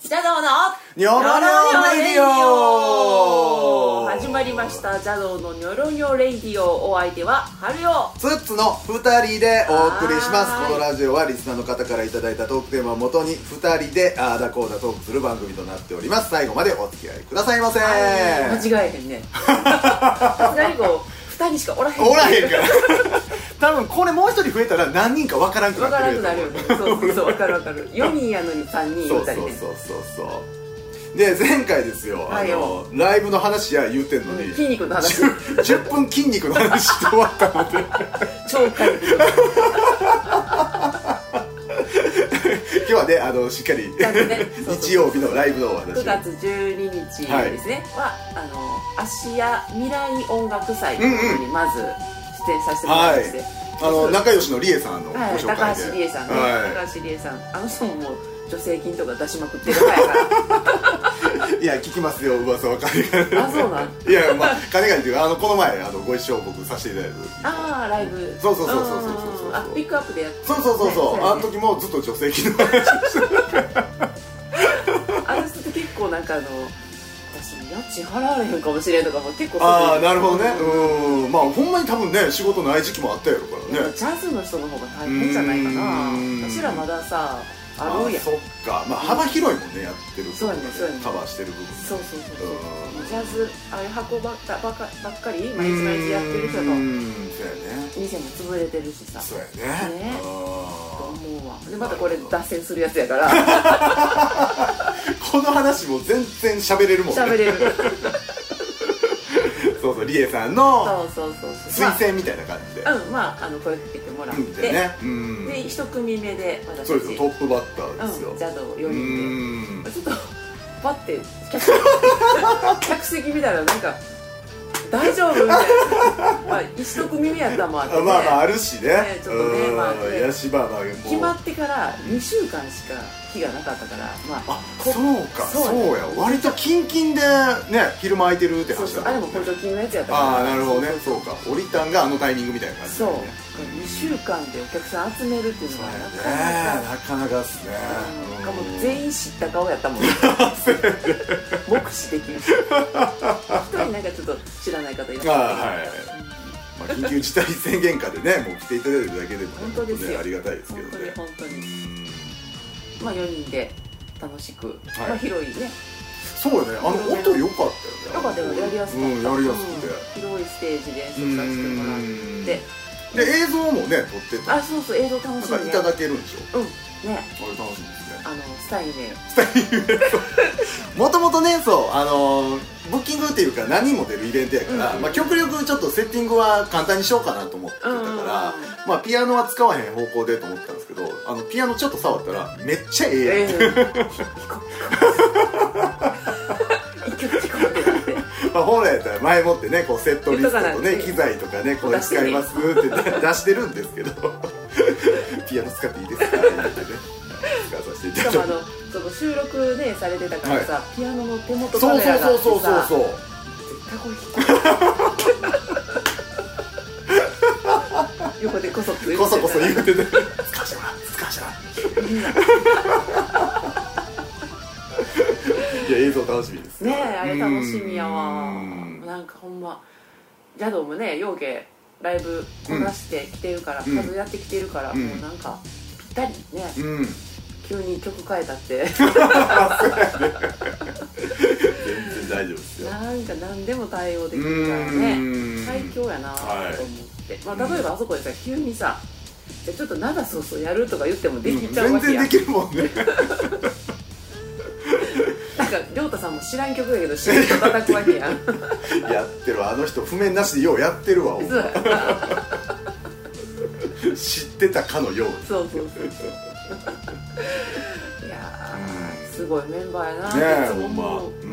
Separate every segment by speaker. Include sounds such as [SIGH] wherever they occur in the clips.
Speaker 1: 北川の
Speaker 2: ニョロニョレディオ
Speaker 1: 始まりましたジャドーのニョロニョレディオお相手は春よ
Speaker 2: ツッツの2人でお送りします
Speaker 1: はーい
Speaker 2: このラジオはリスナーの方からいただいたトークテーマをもとに2人であーだこうだトークする番組となっております最後までお付き合いくださいませ
Speaker 1: 間違えへん
Speaker 2: [LAUGHS]
Speaker 1: ねさすがにこう2人しかおらへん
Speaker 2: おらへんから [LAUGHS] 多分これもう一人増えたら何人かわからんくな
Speaker 1: 分
Speaker 2: っ
Speaker 1: か
Speaker 2: て
Speaker 1: ら
Speaker 2: る
Speaker 1: なくなるよ
Speaker 2: [LAUGHS]
Speaker 1: ねそうそうそう分かる分かる4人やのに3人
Speaker 2: そ
Speaker 1: 言
Speaker 2: う
Speaker 1: ったり
Speaker 2: そう
Speaker 1: ね
Speaker 2: そうそうそうで前回ですよ、
Speaker 1: はい
Speaker 2: あのライブの話や言うてんの
Speaker 1: う
Speaker 2: に、 [LAUGHS]
Speaker 1: ん筋肉の話
Speaker 2: 10, 10分筋肉の話して終わったので
Speaker 1: 超軽い
Speaker 2: 今日はねあのしっかり
Speaker 1: ちゃんとねそうそう
Speaker 2: 日曜日のライブのお話
Speaker 1: 9月12日ですねは、あの芦屋未来音楽祭というのにまず出演させてもらいまして、
Speaker 2: あの仲良しの理恵さんのご
Speaker 1: はい、
Speaker 2: 紹介
Speaker 1: 高
Speaker 2: で、
Speaker 1: 橋理恵さんね、
Speaker 2: は
Speaker 1: 高橋理恵さんあの人ももう助成金とか出しまくってる派や
Speaker 2: [LAUGHS]
Speaker 1: か
Speaker 2: い、いや聞きますよ噂は金が
Speaker 1: らあそうなん
Speaker 2: いやまあ金がっていうかあのこの前あのご一緒僕させていただいた時
Speaker 1: ああライブ
Speaker 2: そうそうそうそうそうそうそうん
Speaker 1: あピックアップでやって
Speaker 2: そうそうそうそう、
Speaker 1: ね
Speaker 2: あの時もずっと女性機能
Speaker 1: [LAUGHS]
Speaker 2: 話
Speaker 1: あの人って結構なんかあの私家賃払われへんかもしれんとかも結構
Speaker 2: ああなるほどね
Speaker 1: うん
Speaker 2: うんまあほんまに多分ね仕事ない時期もあったやろから
Speaker 1: やっ
Speaker 2: ね
Speaker 1: ぱジャズの人の方が大変じゃないか
Speaker 2: う
Speaker 1: なん私らまださあ
Speaker 2: あ
Speaker 1: のやん
Speaker 2: そ
Speaker 1: そう
Speaker 2: っかまあ幅広いもんねやってる部分
Speaker 1: そうやねそうやね
Speaker 2: カバーしてる部分
Speaker 1: そうそうそう
Speaker 2: うん
Speaker 1: ジャズあれ箱ばっかばっかばっかり毎日毎日やってる人と
Speaker 2: うんそうやね
Speaker 1: 店も潰れてるしさ
Speaker 2: そうやね
Speaker 1: ねと
Speaker 2: うん
Speaker 1: 思うわでまたこれ脱線するやつやから
Speaker 2: この話も全然喋れるもんね
Speaker 1: 喋れ [LAUGHS] る
Speaker 2: そうそう、リエさんの
Speaker 1: そうそうそうそう
Speaker 2: 推薦みたいな感じで。
Speaker 1: まあうんまああの声かけてもらっ
Speaker 2: うん、
Speaker 1: て、
Speaker 2: でね。うん。
Speaker 1: で一組目で私たち
Speaker 2: そうですよ、トップバッターです
Speaker 1: う
Speaker 2: よ
Speaker 1: ん、ジ。ャドを
Speaker 2: う
Speaker 1: 4人
Speaker 2: ん
Speaker 1: で。ちょっとパッて客
Speaker 2: [LAUGHS]
Speaker 1: 席客席見たらなんか大丈夫みたいな、まあ、一組目やったのもあって、
Speaker 2: あ
Speaker 1: ね
Speaker 2: まあまあ、あるしね。
Speaker 1: ねちょっとね
Speaker 2: うん
Speaker 1: まあね
Speaker 2: やしばばもう。
Speaker 1: 決まってから2週間しか日がなかったからまあ
Speaker 2: あ、そうか、
Speaker 1: そう
Speaker 2: そうや。割とキンキンで、ね、昼間空いてるって
Speaker 1: そう
Speaker 2: 話
Speaker 1: そ
Speaker 2: だ
Speaker 1: うあれも
Speaker 2: もんね
Speaker 1: 補助金のやつやったから
Speaker 2: ああ、なるほどね。そうか。オリタンがあのタイミングみたいな感じ
Speaker 1: そ
Speaker 2: だ
Speaker 1: う
Speaker 2: よね。
Speaker 1: 2週間でお客さん集めるっていうのはなかな
Speaker 2: ね
Speaker 1: か
Speaker 2: なかなかっすね。
Speaker 1: なんかもう全員知った顔やった
Speaker 2: [LAUGHS]
Speaker 1: もんね目視できるし一人なんかちょっと知らない方いらっし
Speaker 2: あ
Speaker 1: ゃ
Speaker 2: あ、はい。まあ、緊急事態宣言下でね、もう来ていただいてるだけでもね、
Speaker 1: 本当ですよ
Speaker 2: ねありがたいで
Speaker 1: る
Speaker 2: すけ
Speaker 1: 本
Speaker 2: ど
Speaker 1: 当に
Speaker 2: ね。
Speaker 1: 本当
Speaker 2: う
Speaker 1: に
Speaker 2: ん
Speaker 1: まあ4人で楽しく、
Speaker 2: はい
Speaker 1: まあ、広いね
Speaker 2: そうだね、あの
Speaker 1: うん
Speaker 2: 音良かったよね。
Speaker 1: よかったよやりやすかった、
Speaker 2: うん、やりやすくて。
Speaker 1: うん広いステージで演奏
Speaker 2: う
Speaker 1: させてもらっ
Speaker 2: ん
Speaker 1: て
Speaker 2: で、映像もね、撮ってて、な
Speaker 1: あそうそう映像楽
Speaker 2: ん
Speaker 1: し
Speaker 2: か
Speaker 1: み
Speaker 2: い
Speaker 1: ね
Speaker 2: ただけるんでしょ。
Speaker 1: うんね
Speaker 2: あれ楽しみですね。
Speaker 1: あのスタイルね
Speaker 2: もともとね、そう、あのー、ブッキングっていうか何人も出るイベントやから、
Speaker 1: うん
Speaker 2: まあ極力ちょっとセッティングは簡単にしようかなと思ってたから、まあピアノは使わへん方向でと思ってたんですけど、あのピアノちょっと触ったらめっちゃええやん
Speaker 1: え
Speaker 2: [LAUGHS]
Speaker 1: え一曲聞こえてたって
Speaker 2: まあ、本来だったら前もってねこうセットリストと
Speaker 1: 言っとかない
Speaker 2: ね
Speaker 1: と
Speaker 2: 機材とかねこれ使いますっ
Speaker 1: [LAUGHS]
Speaker 2: て出してるんですけど [LAUGHS] ピアノ使っていいですかって言ってね使わさせてい
Speaker 1: した
Speaker 2: だ
Speaker 1: か
Speaker 2: いて
Speaker 1: もあのその収録ねされてたからさ、ピアノの手元カ
Speaker 2: そう
Speaker 1: メラがあ
Speaker 2: そう
Speaker 1: ってさ
Speaker 2: そうそうそう
Speaker 1: 絶対これ弾くわ横でこそっと
Speaker 2: そう
Speaker 1: 言
Speaker 2: こ
Speaker 1: って
Speaker 2: そ
Speaker 1: た
Speaker 2: こそ
Speaker 1: ら
Speaker 2: 言うてね「使わしてもらう使わしてもらう」いや映像楽しみです
Speaker 1: ねえあれ楽しみやわ
Speaker 2: うん
Speaker 1: なんかほんまジャドもねようけライブこなしてきてるから、
Speaker 2: うん
Speaker 1: 数やってきてるから、
Speaker 2: うん
Speaker 1: もうなんかぴったりね
Speaker 2: うん
Speaker 1: 急に曲変えたって [LAUGHS]
Speaker 2: 全然大丈夫ですよ
Speaker 1: なんか何でも対応で
Speaker 2: う
Speaker 1: きるからね
Speaker 2: ん
Speaker 1: 最強やなと思
Speaker 2: はい
Speaker 1: って、まあ、例えばあそこでさ急にさ「じゃあちょっとナダソースをやる」とか言ってもできちゃう
Speaker 2: う
Speaker 1: わ
Speaker 2: ん
Speaker 1: け
Speaker 2: 全
Speaker 1: や、
Speaker 2: 然できるもんね
Speaker 1: なんか亮太さんも知らん曲やけど知らん曲叩くわけやん
Speaker 2: [LAUGHS] やってるわあの人譜面なしでようやってるわ
Speaker 1: そうやな
Speaker 2: 知ってたかのように
Speaker 1: そうそうそういやーすごいメンバーやなって
Speaker 2: ね
Speaker 1: い
Speaker 2: え
Speaker 1: つも
Speaker 2: ほんま
Speaker 1: 思う、
Speaker 2: うー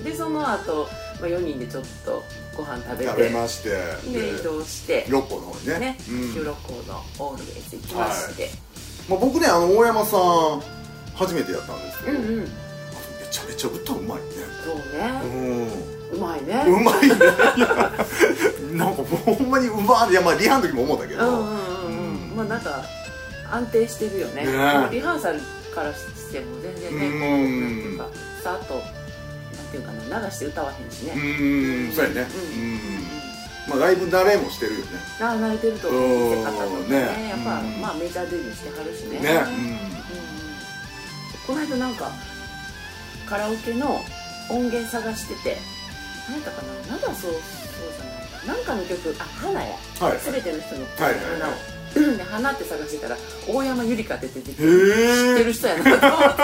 Speaker 2: ん
Speaker 1: でその後、まあ4人でちょっとご飯食べ
Speaker 2: 食
Speaker 1: て
Speaker 2: べまして
Speaker 1: で移動して
Speaker 2: 六個の方にね
Speaker 1: ね
Speaker 2: うん
Speaker 1: 16校のオールウェイズ行きまして、
Speaker 2: まあ、僕ねあの大山さん初めてやったんですけど、
Speaker 1: うんうん
Speaker 2: めちゃめちゃ歌うまいね
Speaker 1: そうね、うまいね
Speaker 2: うんうまいねいやなんかもうほんまにうまーいやまあリハの時も思ったけ
Speaker 1: う
Speaker 2: ど、
Speaker 1: んうんうんうんまあなんか安定してるよね
Speaker 2: ね
Speaker 1: リハーサルからしても全然
Speaker 2: う
Speaker 1: ね
Speaker 2: ん
Speaker 1: こうなんていうかさっとなんていうかな流して歌わへんし
Speaker 2: う
Speaker 1: ね
Speaker 2: ーんそうやね
Speaker 1: う
Speaker 2: うんん
Speaker 1: うん
Speaker 2: まあライブ慣れもしてるよね
Speaker 1: な慣れてると
Speaker 2: うん
Speaker 1: 見せ方とかね
Speaker 2: ね
Speaker 1: やっぱ
Speaker 2: うん
Speaker 1: まあメジャーデビューしてはるしね
Speaker 2: ね
Speaker 1: うんうんこの間なんかカラオケの音源探してて何だかななんだそうそうじゃないかなんかの曲あ花や
Speaker 2: うんはい
Speaker 1: 全ての人の
Speaker 2: は
Speaker 1: 花
Speaker 2: いはい
Speaker 1: を、で花って探してたら大山ゆりかって出てきて知っ
Speaker 2: へ
Speaker 1: て
Speaker 2: え
Speaker 1: る人やなと思って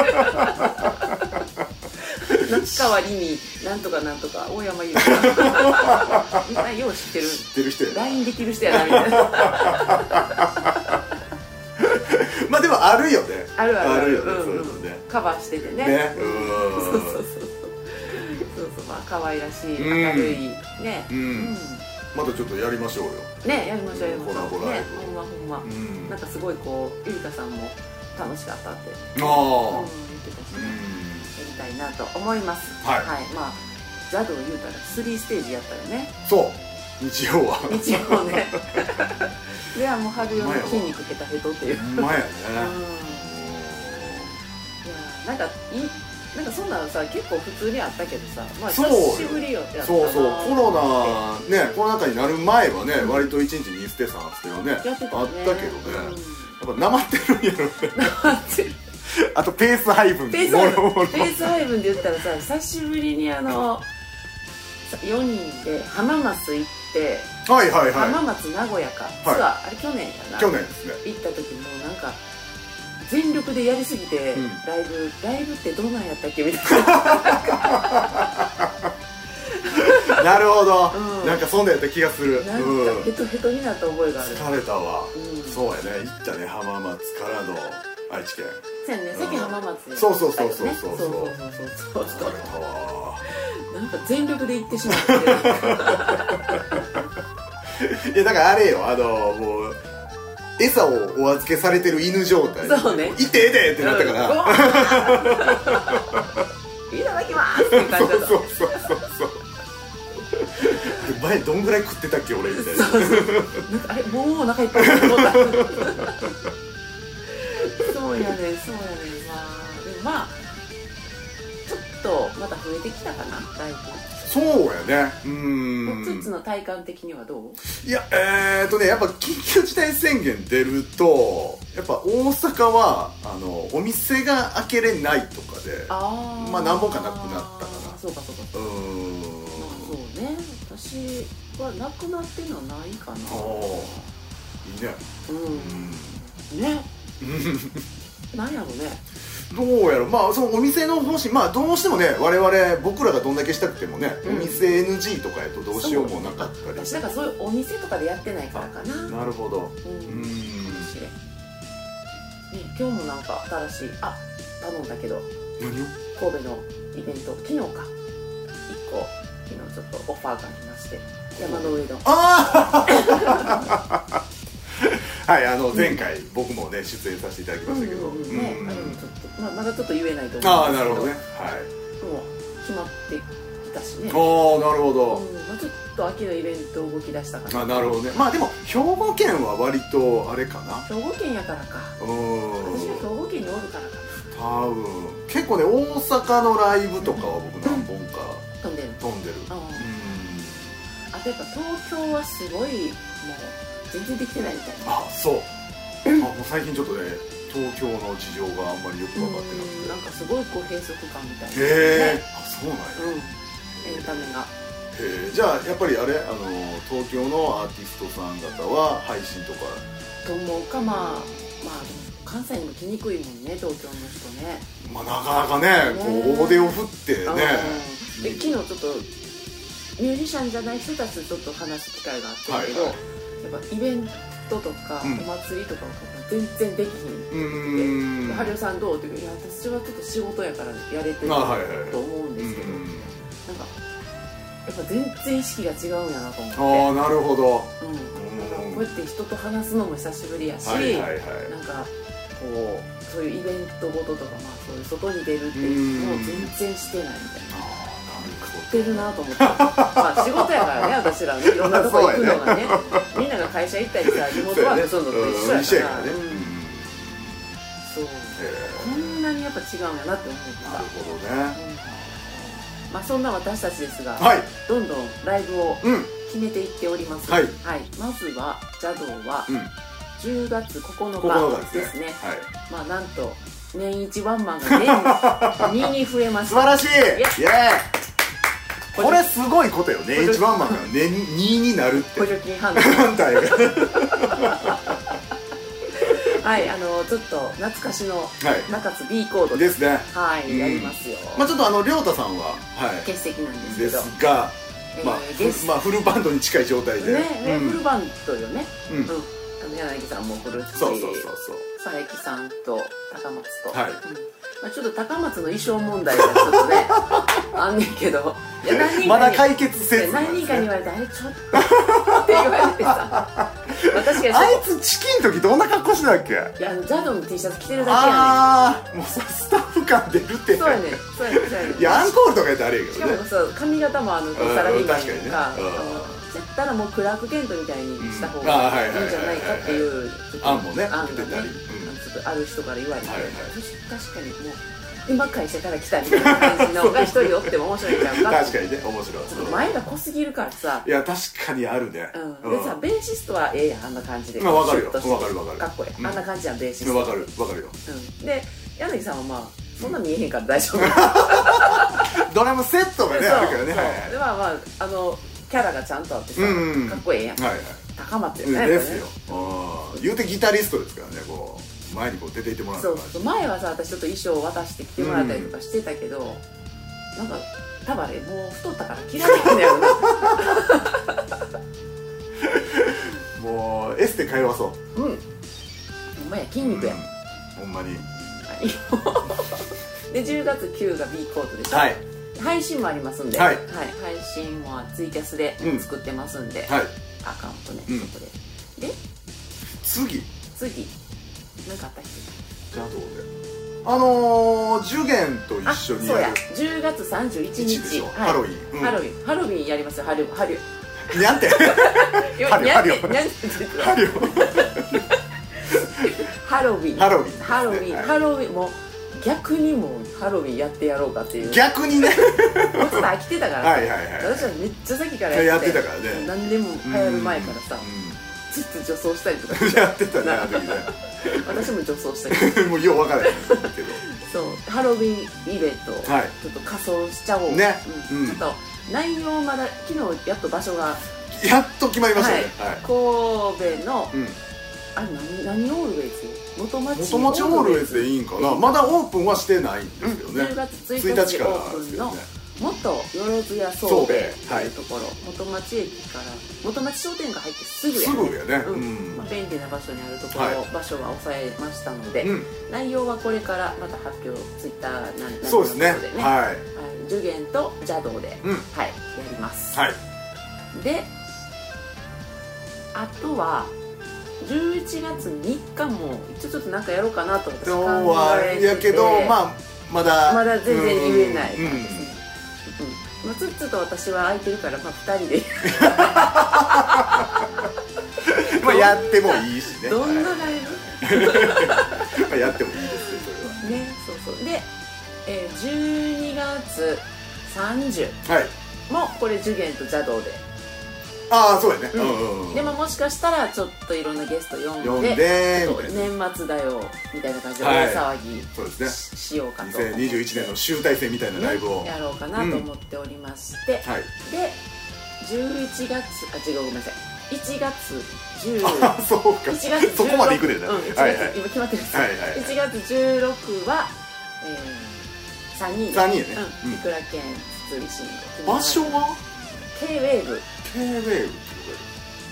Speaker 1: 夏川りみなんとかなんとか大山ゆりかみんな [LAUGHS] よう知ってる
Speaker 2: 知ってる人やな
Speaker 1: LINE できる人やなみたいな
Speaker 2: まあでもあるよね
Speaker 1: あるある
Speaker 2: あるよね
Speaker 1: うん
Speaker 2: そういうの
Speaker 1: うん
Speaker 2: ね
Speaker 1: カバーしててね
Speaker 2: ねう
Speaker 1: そうそうそう
Speaker 2: ー
Speaker 1: んそうそうまあ可愛らしい
Speaker 2: うん
Speaker 1: 明るいね
Speaker 2: う
Speaker 1: うん
Speaker 2: んまたちょっとやりましょうよ
Speaker 1: ねやりましょうやりましょ
Speaker 2: コラ
Speaker 1: う
Speaker 2: ボライ
Speaker 1: ね
Speaker 2: ブ
Speaker 1: ほんまほんま
Speaker 2: うん
Speaker 1: なんかすごいこうゆりかさんも楽しかったって
Speaker 2: あ
Speaker 1: うん
Speaker 2: あ
Speaker 1: 言ってたし
Speaker 2: うん
Speaker 1: ねやりたいなと思います
Speaker 2: はい
Speaker 1: まあジャドを言うたら3ステージやったよね
Speaker 2: そう日曜は
Speaker 1: 一応
Speaker 2: [LAUGHS]
Speaker 1: ねではもう春用の筋肉ヘタヘトっていう
Speaker 2: ほんまやね
Speaker 1: うんいやーなんかいなんかそんなのさ結構普通にあったけどさまあ
Speaker 2: そうよ
Speaker 1: 久しぶりよってやったな
Speaker 2: そうそうコロ
Speaker 1: ナ
Speaker 2: ナねコロナ禍になる前はね、
Speaker 1: うん
Speaker 2: 割と1日にステさんっていうのはね
Speaker 1: やってたね
Speaker 2: あったけどね、
Speaker 1: うん
Speaker 2: やっぱなまってるんやろね [LAUGHS]
Speaker 1: 待って
Speaker 2: あとペース配分
Speaker 1: ペース配
Speaker 2: もろも
Speaker 1: 分
Speaker 2: ろ
Speaker 1: ペース配分で言ったらさ久しぶりにあの4人で浜松行って、
Speaker 2: はいはいは
Speaker 1: 浜松名古屋かツアー、あれ去年やない
Speaker 2: 去年ですね
Speaker 1: 行った時もなんか全力でやりすぎて、
Speaker 2: うん
Speaker 1: ライブライブってどんなんやったっけみたいな
Speaker 2: なるほど、
Speaker 1: うん
Speaker 2: なんかそんなやった気がする
Speaker 1: なん
Speaker 2: うん
Speaker 1: かヘトヘトになった覚えがある
Speaker 2: 疲れたわ、
Speaker 1: うん
Speaker 2: そうやね行ったね浜松からの愛知県
Speaker 1: そうやね、
Speaker 2: うん
Speaker 1: 関浜松
Speaker 2: そうそうそうそう
Speaker 1: そうそ
Speaker 2: そう
Speaker 1: うそうそう
Speaker 2: 疲れたわ
Speaker 1: なんか全力で行ってしまっ
Speaker 2: [LAUGHS]
Speaker 1: て
Speaker 2: いやだからあれよあのもう餌をお預けされてる犬状態
Speaker 1: そうね
Speaker 2: いてえでってなった
Speaker 1: [LAUGHS]
Speaker 2: から、
Speaker 1: ゴーいただきますって感じだった
Speaker 2: そうそうそうそう前どんぐらい食ってたっけ俺みたい
Speaker 1: [LAUGHS]
Speaker 2: な
Speaker 1: なんかあれもうお腹いっぱいだと思ったそうやねそうやねまあでもまあちょっとまた増えてきたかなだい
Speaker 2: そうやねう
Speaker 1: ぶもうツッツ
Speaker 2: ーん
Speaker 1: の体感的にはどう
Speaker 2: いやえー、っとねやっぱ緊急事態宣言出るとやっぱ大阪はあのお店が開けれないとかで
Speaker 1: あ
Speaker 2: まあ何本かなくなったかな
Speaker 1: そうかそうか
Speaker 2: うーん
Speaker 1: まあそうね私はなくなってのはないかな
Speaker 2: おいいね
Speaker 1: う
Speaker 2: うん
Speaker 1: ね
Speaker 2: ん
Speaker 1: なんやろね
Speaker 2: どうやろまあそのお店の方針まあどうしてもね我々僕らがどんだけしたくてもね、
Speaker 1: うん
Speaker 2: お店 NG とかやとどうしようもなかったり
Speaker 1: 私だからそういうお店とかでやってないからかなうん
Speaker 2: なるほどう
Speaker 1: か
Speaker 2: ーん
Speaker 1: もしれんね今日もなんか新しいあ頼んだけど
Speaker 2: 何を
Speaker 1: 神戸のイベント昨日か1個昨日ちょっとオファーが来まして山の上の
Speaker 2: ああ [LAUGHS] はいあの前回僕もね出演させていただきましたけど、
Speaker 1: うんうんうんね
Speaker 2: うん
Speaker 1: あれもちょっと、まあ、まだちょっと言えないと思うんですけど
Speaker 2: ああなるほど
Speaker 1: も
Speaker 2: ね
Speaker 1: う決まってきたしね
Speaker 2: はいああなるほ
Speaker 1: うん
Speaker 2: ど、
Speaker 1: まあ、ちょっと秋のイベント動き出したか
Speaker 2: あ
Speaker 1: ら
Speaker 2: なるほどねまあでも兵庫県は割とあれかな
Speaker 1: 兵庫県やからか
Speaker 2: う
Speaker 1: 私は兵
Speaker 2: ーん
Speaker 1: 庫県におるからか
Speaker 2: 多分結構ね大阪のライブとかは僕何本か
Speaker 1: 飛んでる
Speaker 2: 飛んでる
Speaker 1: あ
Speaker 2: う
Speaker 1: ああ
Speaker 2: ん
Speaker 1: とやっぱ東京はすごいもう全然できてないみたいな
Speaker 2: あ
Speaker 1: [CLEARS THROAT]
Speaker 2: そうあもう最近ちょっとね東京の事情があんまりよく分かってな
Speaker 1: うんなんかすごいこう閉塞感みたい
Speaker 2: くて
Speaker 1: な
Speaker 2: へえ
Speaker 1: ね
Speaker 2: あそうなん
Speaker 1: うん
Speaker 2: や
Speaker 1: エンタメが
Speaker 2: へえじゃあやっぱりあれあの東京のアーティストさん方は配信とか
Speaker 1: と思うかまあまあでも関西にも来にくいもんね東京の人ね
Speaker 2: まあなかなかね
Speaker 1: ね
Speaker 2: こう大手を振ってね
Speaker 1: うんで昨日ちょっとミュージシャンじゃない人たちとちょっと話す機会があったけど、
Speaker 2: はいは
Speaker 1: やっぱイベントとか、
Speaker 2: うん
Speaker 1: お祭りとかは全然できひん
Speaker 2: うーん
Speaker 1: 春代さんどうって言うけどいや私はちょっと仕事やからやれてる
Speaker 2: あはいはいはい
Speaker 1: と思うんですけど、
Speaker 2: う
Speaker 1: な
Speaker 2: ん
Speaker 1: んかやっぱ全然意識が違うんやなと思って、
Speaker 2: ああなるほど
Speaker 1: うん、だから
Speaker 2: うん
Speaker 1: こうやって人と話すのも久しぶりやし、
Speaker 2: はいはいはい
Speaker 1: なんかこうそういうイベントごととか、まあ、そういう外に出るっていうのを全然してないみたいな。
Speaker 2: [LAUGHS] ああなるほど
Speaker 1: してるなと思って、まあ、仕事やからね私らねいろんなとこ行くの
Speaker 2: [LAUGHS]
Speaker 1: がねみんなが会社行ったりさリモートワークするのと一緒やから
Speaker 2: ね
Speaker 1: うん
Speaker 2: うんへ
Speaker 1: そうこんんなにやっぱ違うんやなって思って
Speaker 2: な
Speaker 1: さ
Speaker 2: る、ほどね
Speaker 1: うんまあ、そんな私たちですが、
Speaker 2: はい
Speaker 1: どんどんライブを
Speaker 2: うんうん
Speaker 1: 決めていっております、
Speaker 2: はい
Speaker 1: まずは邪道は10月9
Speaker 2: ここの
Speaker 1: 日
Speaker 2: が
Speaker 1: で
Speaker 2: ですす
Speaker 1: ね
Speaker 2: ねはい
Speaker 1: まあなんと年一ワンマンが年2に増えまし
Speaker 2: 素
Speaker 1: た
Speaker 2: 晴らしいイエーイ
Speaker 1: こ
Speaker 2: こ
Speaker 1: れ
Speaker 2: れすごいことよね一番マンが年2になるって [LAUGHS]
Speaker 1: 補助金反応
Speaker 2: 反対がはい
Speaker 1: はいあのちょっと懐かしの中津 B コードで
Speaker 2: ですね
Speaker 1: はい、
Speaker 2: うん
Speaker 1: やりますよ、
Speaker 2: まあちょっとあの亮太さんはは
Speaker 1: 欠席なんです
Speaker 2: い
Speaker 1: け
Speaker 2: です
Speaker 1: ど、
Speaker 2: が
Speaker 1: えー
Speaker 2: まあ
Speaker 1: ゲス
Speaker 2: ふまあフルバンドに近い状態
Speaker 1: ト
Speaker 2: で
Speaker 1: ねね、
Speaker 2: うん
Speaker 1: フルバンドよね、
Speaker 2: うん
Speaker 1: うんあの柳さんも来るし
Speaker 2: そうそうそうそう
Speaker 1: 佐伯さんと高松と、う
Speaker 2: はい
Speaker 1: んまあ、ちょっと高松の衣装問題がちょっとね [LAUGHS] あんねんけどいや何人かに
Speaker 2: まだ解決せずなん
Speaker 1: 何
Speaker 2: で
Speaker 1: 人
Speaker 2: すね
Speaker 1: かに言われて「あれちょっと」って言われてさまあ確かに
Speaker 2: あ
Speaker 1: そ
Speaker 2: いつチキンの時どんな格好してたっけ
Speaker 1: ういやあのジャドの T シャツ着てるだけや
Speaker 2: ああもうさスタッフ感出るって
Speaker 1: ねんそうやねんそうやねんそうやねん
Speaker 2: いやアンコールとかやったらあれやけ
Speaker 1: し
Speaker 2: ど
Speaker 1: か
Speaker 2: ね
Speaker 1: もそう髪型もあの
Speaker 2: うん
Speaker 1: サラリーマンとか
Speaker 2: 確かにねうん
Speaker 1: そうやったらもうクラーク・ケントみたいにした方
Speaker 2: うんあ
Speaker 1: が
Speaker 2: はい
Speaker 1: い
Speaker 2: はいはいはい
Speaker 1: いんじゃないかっていうちょっと
Speaker 2: アンもね
Speaker 1: 案が
Speaker 2: 出たり
Speaker 1: ねちょっとある人から言われて、
Speaker 2: はいはい
Speaker 1: 確かにもう今会社から来たみたいな感じの方が一人おっても面白いんちゃうか
Speaker 2: 確
Speaker 1: って
Speaker 2: かにね面白い
Speaker 1: ちょっと前が濃すぎるからさ、
Speaker 2: いや確かにあるね
Speaker 1: うん、でさベーシストはええやんあんな感じで
Speaker 2: まあわかるよ
Speaker 1: シュッとして
Speaker 2: わかるわかる
Speaker 1: かっこええ
Speaker 2: うん
Speaker 1: あんな感じじゃんベーシス
Speaker 2: うん
Speaker 1: ト
Speaker 2: わかるわかるよ
Speaker 1: うん、で柳さんはまあそんな見えへんから大丈夫
Speaker 2: ドラムセットがねあるからね
Speaker 1: そう
Speaker 2: はい
Speaker 1: そうでまあまああのキャラがちゃんとあってさ、
Speaker 2: うんうん
Speaker 1: かっこええやん
Speaker 2: はいはい
Speaker 1: 高松
Speaker 2: うん
Speaker 1: やね
Speaker 2: ですようん言うてギタリストですからねこう前にこう出ていっても
Speaker 1: や
Speaker 2: ら
Speaker 1: っ
Speaker 2: う
Speaker 1: ぱ
Speaker 2: の
Speaker 1: ね
Speaker 2: が
Speaker 1: そうそう前はさ私ちょっと衣装を渡してきてもらったりとかしてたけど、なんか多分あれもう太ったから嫌いなんだよね
Speaker 2: もうエステ通わそう
Speaker 1: うんお前や筋
Speaker 2: うん
Speaker 1: 肉や、
Speaker 2: ほんまに
Speaker 1: [LAUGHS] で10月9が B コートでしょ、
Speaker 2: はい
Speaker 1: 配信もありますんで、
Speaker 2: はい
Speaker 1: 配信はツイキャスで
Speaker 2: うん
Speaker 1: 作ってますんで、
Speaker 2: はい
Speaker 1: アカウントね、
Speaker 2: うん
Speaker 1: そこで
Speaker 2: 次
Speaker 1: 次何かあったっけ
Speaker 2: じゃあどうであのー、ジュゲンと
Speaker 1: あ
Speaker 2: 一緒に
Speaker 1: そう
Speaker 2: や
Speaker 1: や
Speaker 2: る
Speaker 1: 10月31
Speaker 2: 一日でし
Speaker 1: 日
Speaker 2: ょ、
Speaker 1: はい
Speaker 2: ハロウィン、うん
Speaker 1: ハロウィンハロウィンやりますよハロウィンハロウィン [LAUGHS]
Speaker 2: にゃんて
Speaker 1: いや
Speaker 2: ハロ
Speaker 1: にゃんて
Speaker 2: ハロ
Speaker 1: にゃんてって言って
Speaker 2: ハ
Speaker 1: たハ
Speaker 2: ロ
Speaker 1: ロウィン
Speaker 2: ハロウィン
Speaker 1: ハロウィンハロウィンもう逆にもうハロウィンやってやろうかっていうもうちょっ
Speaker 2: 逆にね
Speaker 1: と飽きてたからさ
Speaker 2: はいはいは
Speaker 1: 私はめっちゃ先から
Speaker 2: いや
Speaker 1: やっ
Speaker 2: って
Speaker 1: て
Speaker 2: てたからね
Speaker 1: 何年も流行る前からさ
Speaker 2: う
Speaker 1: ずっと女装したりとか
Speaker 2: んやってたね
Speaker 1: な
Speaker 2: あの時
Speaker 1: 私も女装したり
Speaker 2: ね [LAUGHS] もうようわからないけ
Speaker 1: そうハロウィンイベントを
Speaker 2: どはい
Speaker 1: ちょっと仮装しちゃおう
Speaker 2: ね
Speaker 1: うん
Speaker 2: うん
Speaker 1: ちょっと内容まだ昨日やっと場所が
Speaker 2: やっと決まりましたねはい、
Speaker 1: 神戸の
Speaker 2: うん、
Speaker 1: あれ何何オールウェイズ元町
Speaker 2: 元町オールウェイズでいいんかなまだオープンはしてないんですけどね、
Speaker 1: 10月1
Speaker 2: 1
Speaker 1: 日
Speaker 2: 日
Speaker 1: オ
Speaker 2: から
Speaker 1: ー
Speaker 2: で
Speaker 1: プ
Speaker 2: す
Speaker 1: ン
Speaker 2: けど
Speaker 1: の
Speaker 2: ね
Speaker 1: 元よろずや総兵衛
Speaker 2: 宗
Speaker 1: と
Speaker 2: 兵衛はい
Speaker 1: いうところ、元町駅から元町商店街入ってすぐや
Speaker 2: すぐやね
Speaker 1: う
Speaker 2: うんん、
Speaker 1: まあ、便利な場所にあるところ、
Speaker 2: は
Speaker 1: 場所は抑えましたので、
Speaker 2: うん
Speaker 1: 内容はこれからまた発表ツイッターなんなん
Speaker 2: そうですね
Speaker 1: ということはい
Speaker 2: は
Speaker 1: 受験と邪道で、
Speaker 2: いうん
Speaker 1: はい、やります、
Speaker 2: はい
Speaker 1: であとは11月3日も一応ちょっとなんかやろうかなと思って
Speaker 2: 今日はやけど
Speaker 1: あ
Speaker 2: まあまだ
Speaker 1: まだ全然言えない
Speaker 2: うん、うん
Speaker 1: うんまあ、ちょっと私は空いてるから、まあ、2人で
Speaker 2: まあやってもいいしね
Speaker 1: どん
Speaker 2: は
Speaker 1: なライブ
Speaker 2: いまあやってもいいですね
Speaker 1: ねそうそうで、えー12月30
Speaker 2: それははい
Speaker 1: もこれ受験と邪道で、
Speaker 2: ああそうやね
Speaker 1: う
Speaker 2: うんんうんうん
Speaker 1: でももしかしたらちょっといろんなゲスト呼
Speaker 2: 読
Speaker 1: ん
Speaker 2: ん
Speaker 1: で
Speaker 2: で
Speaker 1: ちょ
Speaker 2: み
Speaker 1: っと
Speaker 2: たいな
Speaker 1: 年末だよみたいな感じで
Speaker 2: はい
Speaker 1: 大騒ぎ
Speaker 2: そうですね
Speaker 1: し,、ようかと
Speaker 2: 2021年の集大成みたいなライブを、
Speaker 1: ねやろうかなと思っておりまして、
Speaker 2: はい
Speaker 1: で11月あ違うごめんなさい1月10
Speaker 2: [LAUGHS] あそうか
Speaker 1: 1月16
Speaker 2: そこまで行くねん
Speaker 1: う、
Speaker 2: なん
Speaker 1: 1月、
Speaker 2: はいはい
Speaker 1: 今決まってるんですよ、
Speaker 2: はいはいはい
Speaker 1: 1月16は、えー、3人で
Speaker 2: 三人やね
Speaker 1: うん、
Speaker 2: うん
Speaker 1: いくら県堤市の
Speaker 2: 場所は
Speaker 1: K ウェーブ
Speaker 2: K ウェーブってこ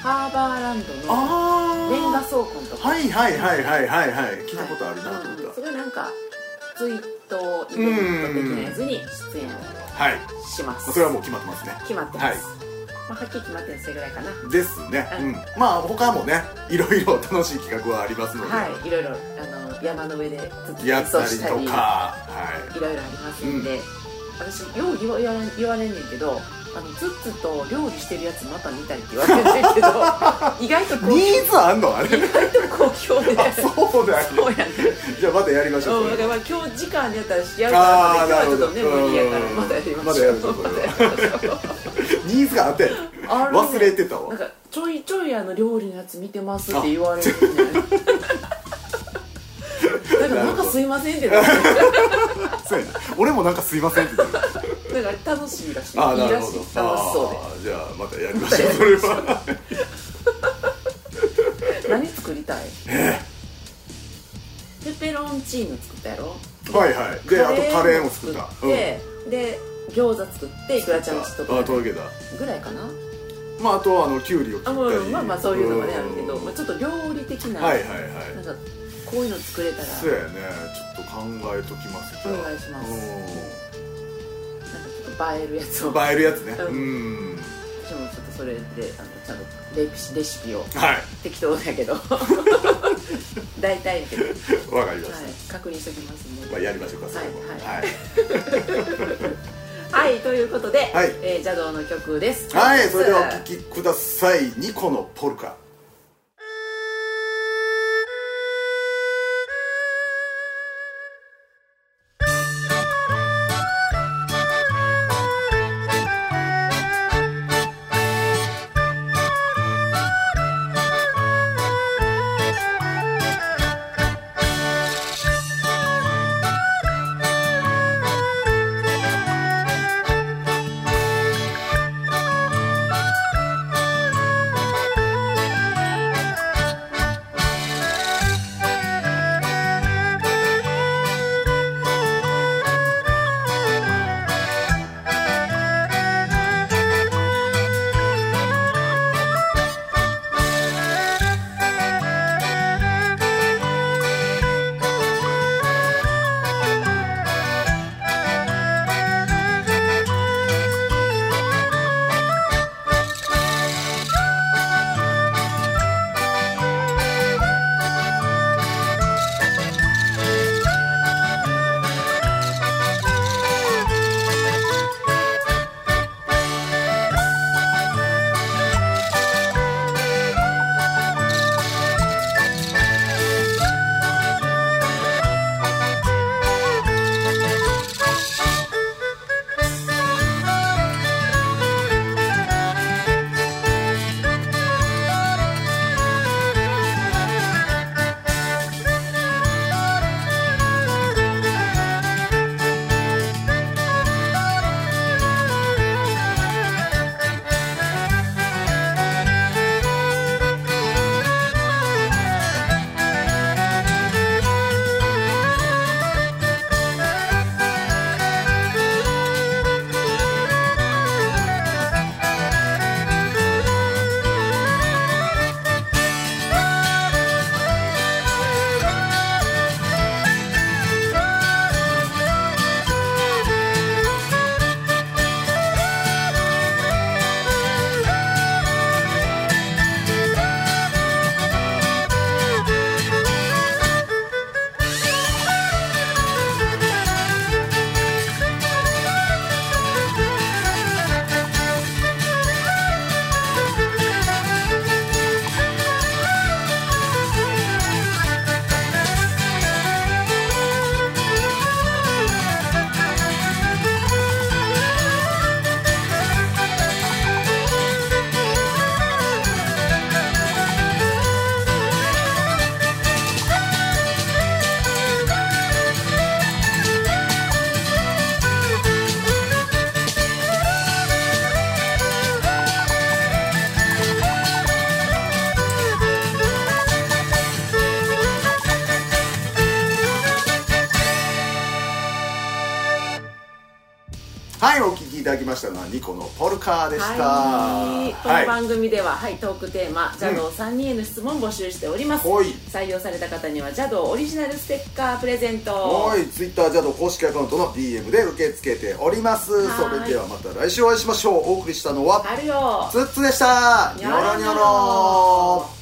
Speaker 1: ハーバーランド
Speaker 2: と
Speaker 1: の
Speaker 2: あ
Speaker 1: レンガ
Speaker 2: あ
Speaker 1: 倉庫のとこ
Speaker 2: はいはいはいはいはいはい聞いたことあるなと思
Speaker 1: うん
Speaker 2: った
Speaker 1: それなんかツイートイベント的なやつに出演
Speaker 2: はい
Speaker 1: します
Speaker 2: それはもう決まってますね
Speaker 1: 決まってます、まあ、はっきり決まってるそれぐらいかな
Speaker 2: ですね
Speaker 1: う
Speaker 2: うんんまあ他もねいろいろ楽しい企画はありますの
Speaker 1: はいいろいろあの山の上でず
Speaker 2: でやったり
Speaker 1: 演
Speaker 2: と
Speaker 1: 奏し
Speaker 2: かはい
Speaker 1: いろいろありますんで、私よう言わ言われんねんけどあのツッツと料理してるやつまた見たいって言われてる
Speaker 2: [LAUGHS]
Speaker 1: けど意外と好評
Speaker 2: ニーズあんのあれ
Speaker 1: 意外と好評で
Speaker 2: あそうだよね
Speaker 1: そうやね
Speaker 2: じゃあまたやりましょう
Speaker 1: うん
Speaker 2: そ
Speaker 1: だから
Speaker 2: れ
Speaker 1: まあ今日時間やったらやるから
Speaker 2: あ
Speaker 1: 今
Speaker 2: ー
Speaker 1: 日はちょっとね
Speaker 2: なるほど
Speaker 1: 無理やから
Speaker 2: うん
Speaker 1: まだやりま
Speaker 2: まだ
Speaker 1: し
Speaker 2: や
Speaker 1: ょ
Speaker 2: りましょ
Speaker 1: う
Speaker 2: う
Speaker 1: ま
Speaker 2: そ
Speaker 1: だ
Speaker 2: れ
Speaker 1: や
Speaker 2: は
Speaker 1: りましょう
Speaker 2: ニーズがあ
Speaker 1: [LAUGHS]
Speaker 2: って
Speaker 1: あのね
Speaker 2: 忘れてた
Speaker 1: な
Speaker 2: わ
Speaker 1: んかちょいちょいあの料理のやつ見てますって言われるね
Speaker 2: [LAUGHS]
Speaker 1: なんかなんかすいませんってなって
Speaker 2: そうやね俺もなんかすいませんって言ってる
Speaker 1: なんか楽しいらしいいい
Speaker 2: ああなる
Speaker 1: ら
Speaker 2: ほ
Speaker 1: しい
Speaker 2: ど
Speaker 1: 楽しそうで
Speaker 2: あーじゃあまたやりましょうそれは
Speaker 1: 何作りたいペペロンチーノ作ったやろ
Speaker 2: はいはいであとカレーも作った
Speaker 1: 作って、で餃子作っていくらちゃんちと
Speaker 2: あ
Speaker 1: か
Speaker 2: 届けた
Speaker 1: ぐらいかな
Speaker 2: まああとはあのキュウリを切った
Speaker 1: あ
Speaker 2: り
Speaker 1: もうまあまあそういうのもね
Speaker 2: ん
Speaker 1: あるけど、まあ、ちょっと料理的な,、
Speaker 2: はいはいはい
Speaker 1: なんかこういうの作れたら
Speaker 2: そうやねちょっと考えときますじゃあ
Speaker 1: お願いします
Speaker 2: う
Speaker 1: なんかちょっと映えるやつを
Speaker 2: ん映えるやつね
Speaker 1: う
Speaker 2: うんん
Speaker 1: 私もちょっとそれであのちゃんとレシレシピを
Speaker 2: はい
Speaker 1: 適当だけ
Speaker 2: [LAUGHS]
Speaker 1: ど大体やけど、はい、
Speaker 2: わかりました
Speaker 1: 確認しておきますね
Speaker 2: まあやりましょうかそれも
Speaker 1: はい
Speaker 2: はい
Speaker 1: はいということで、
Speaker 2: はい
Speaker 1: えー邪道の曲です
Speaker 2: はい、それではお聴きください。ニコのポルカ。はい、お聴きいただきましたのはニコのポルカでした。
Speaker 1: はい、こ
Speaker 2: は
Speaker 1: の
Speaker 2: い。
Speaker 1: 番組では、はい、トークテーマ「邪道3人への質問」募集しております、
Speaker 2: はい
Speaker 1: 採用された方には邪道オリジナルステッカープレゼント
Speaker 2: はい、ツイッタージャド公式アカウントの DM で受け付けております。そ
Speaker 1: はい
Speaker 2: れではまた来週お会いしましょう。お送りしたのは、
Speaker 1: あるよ
Speaker 2: ツッツでした。ニョロニョロ。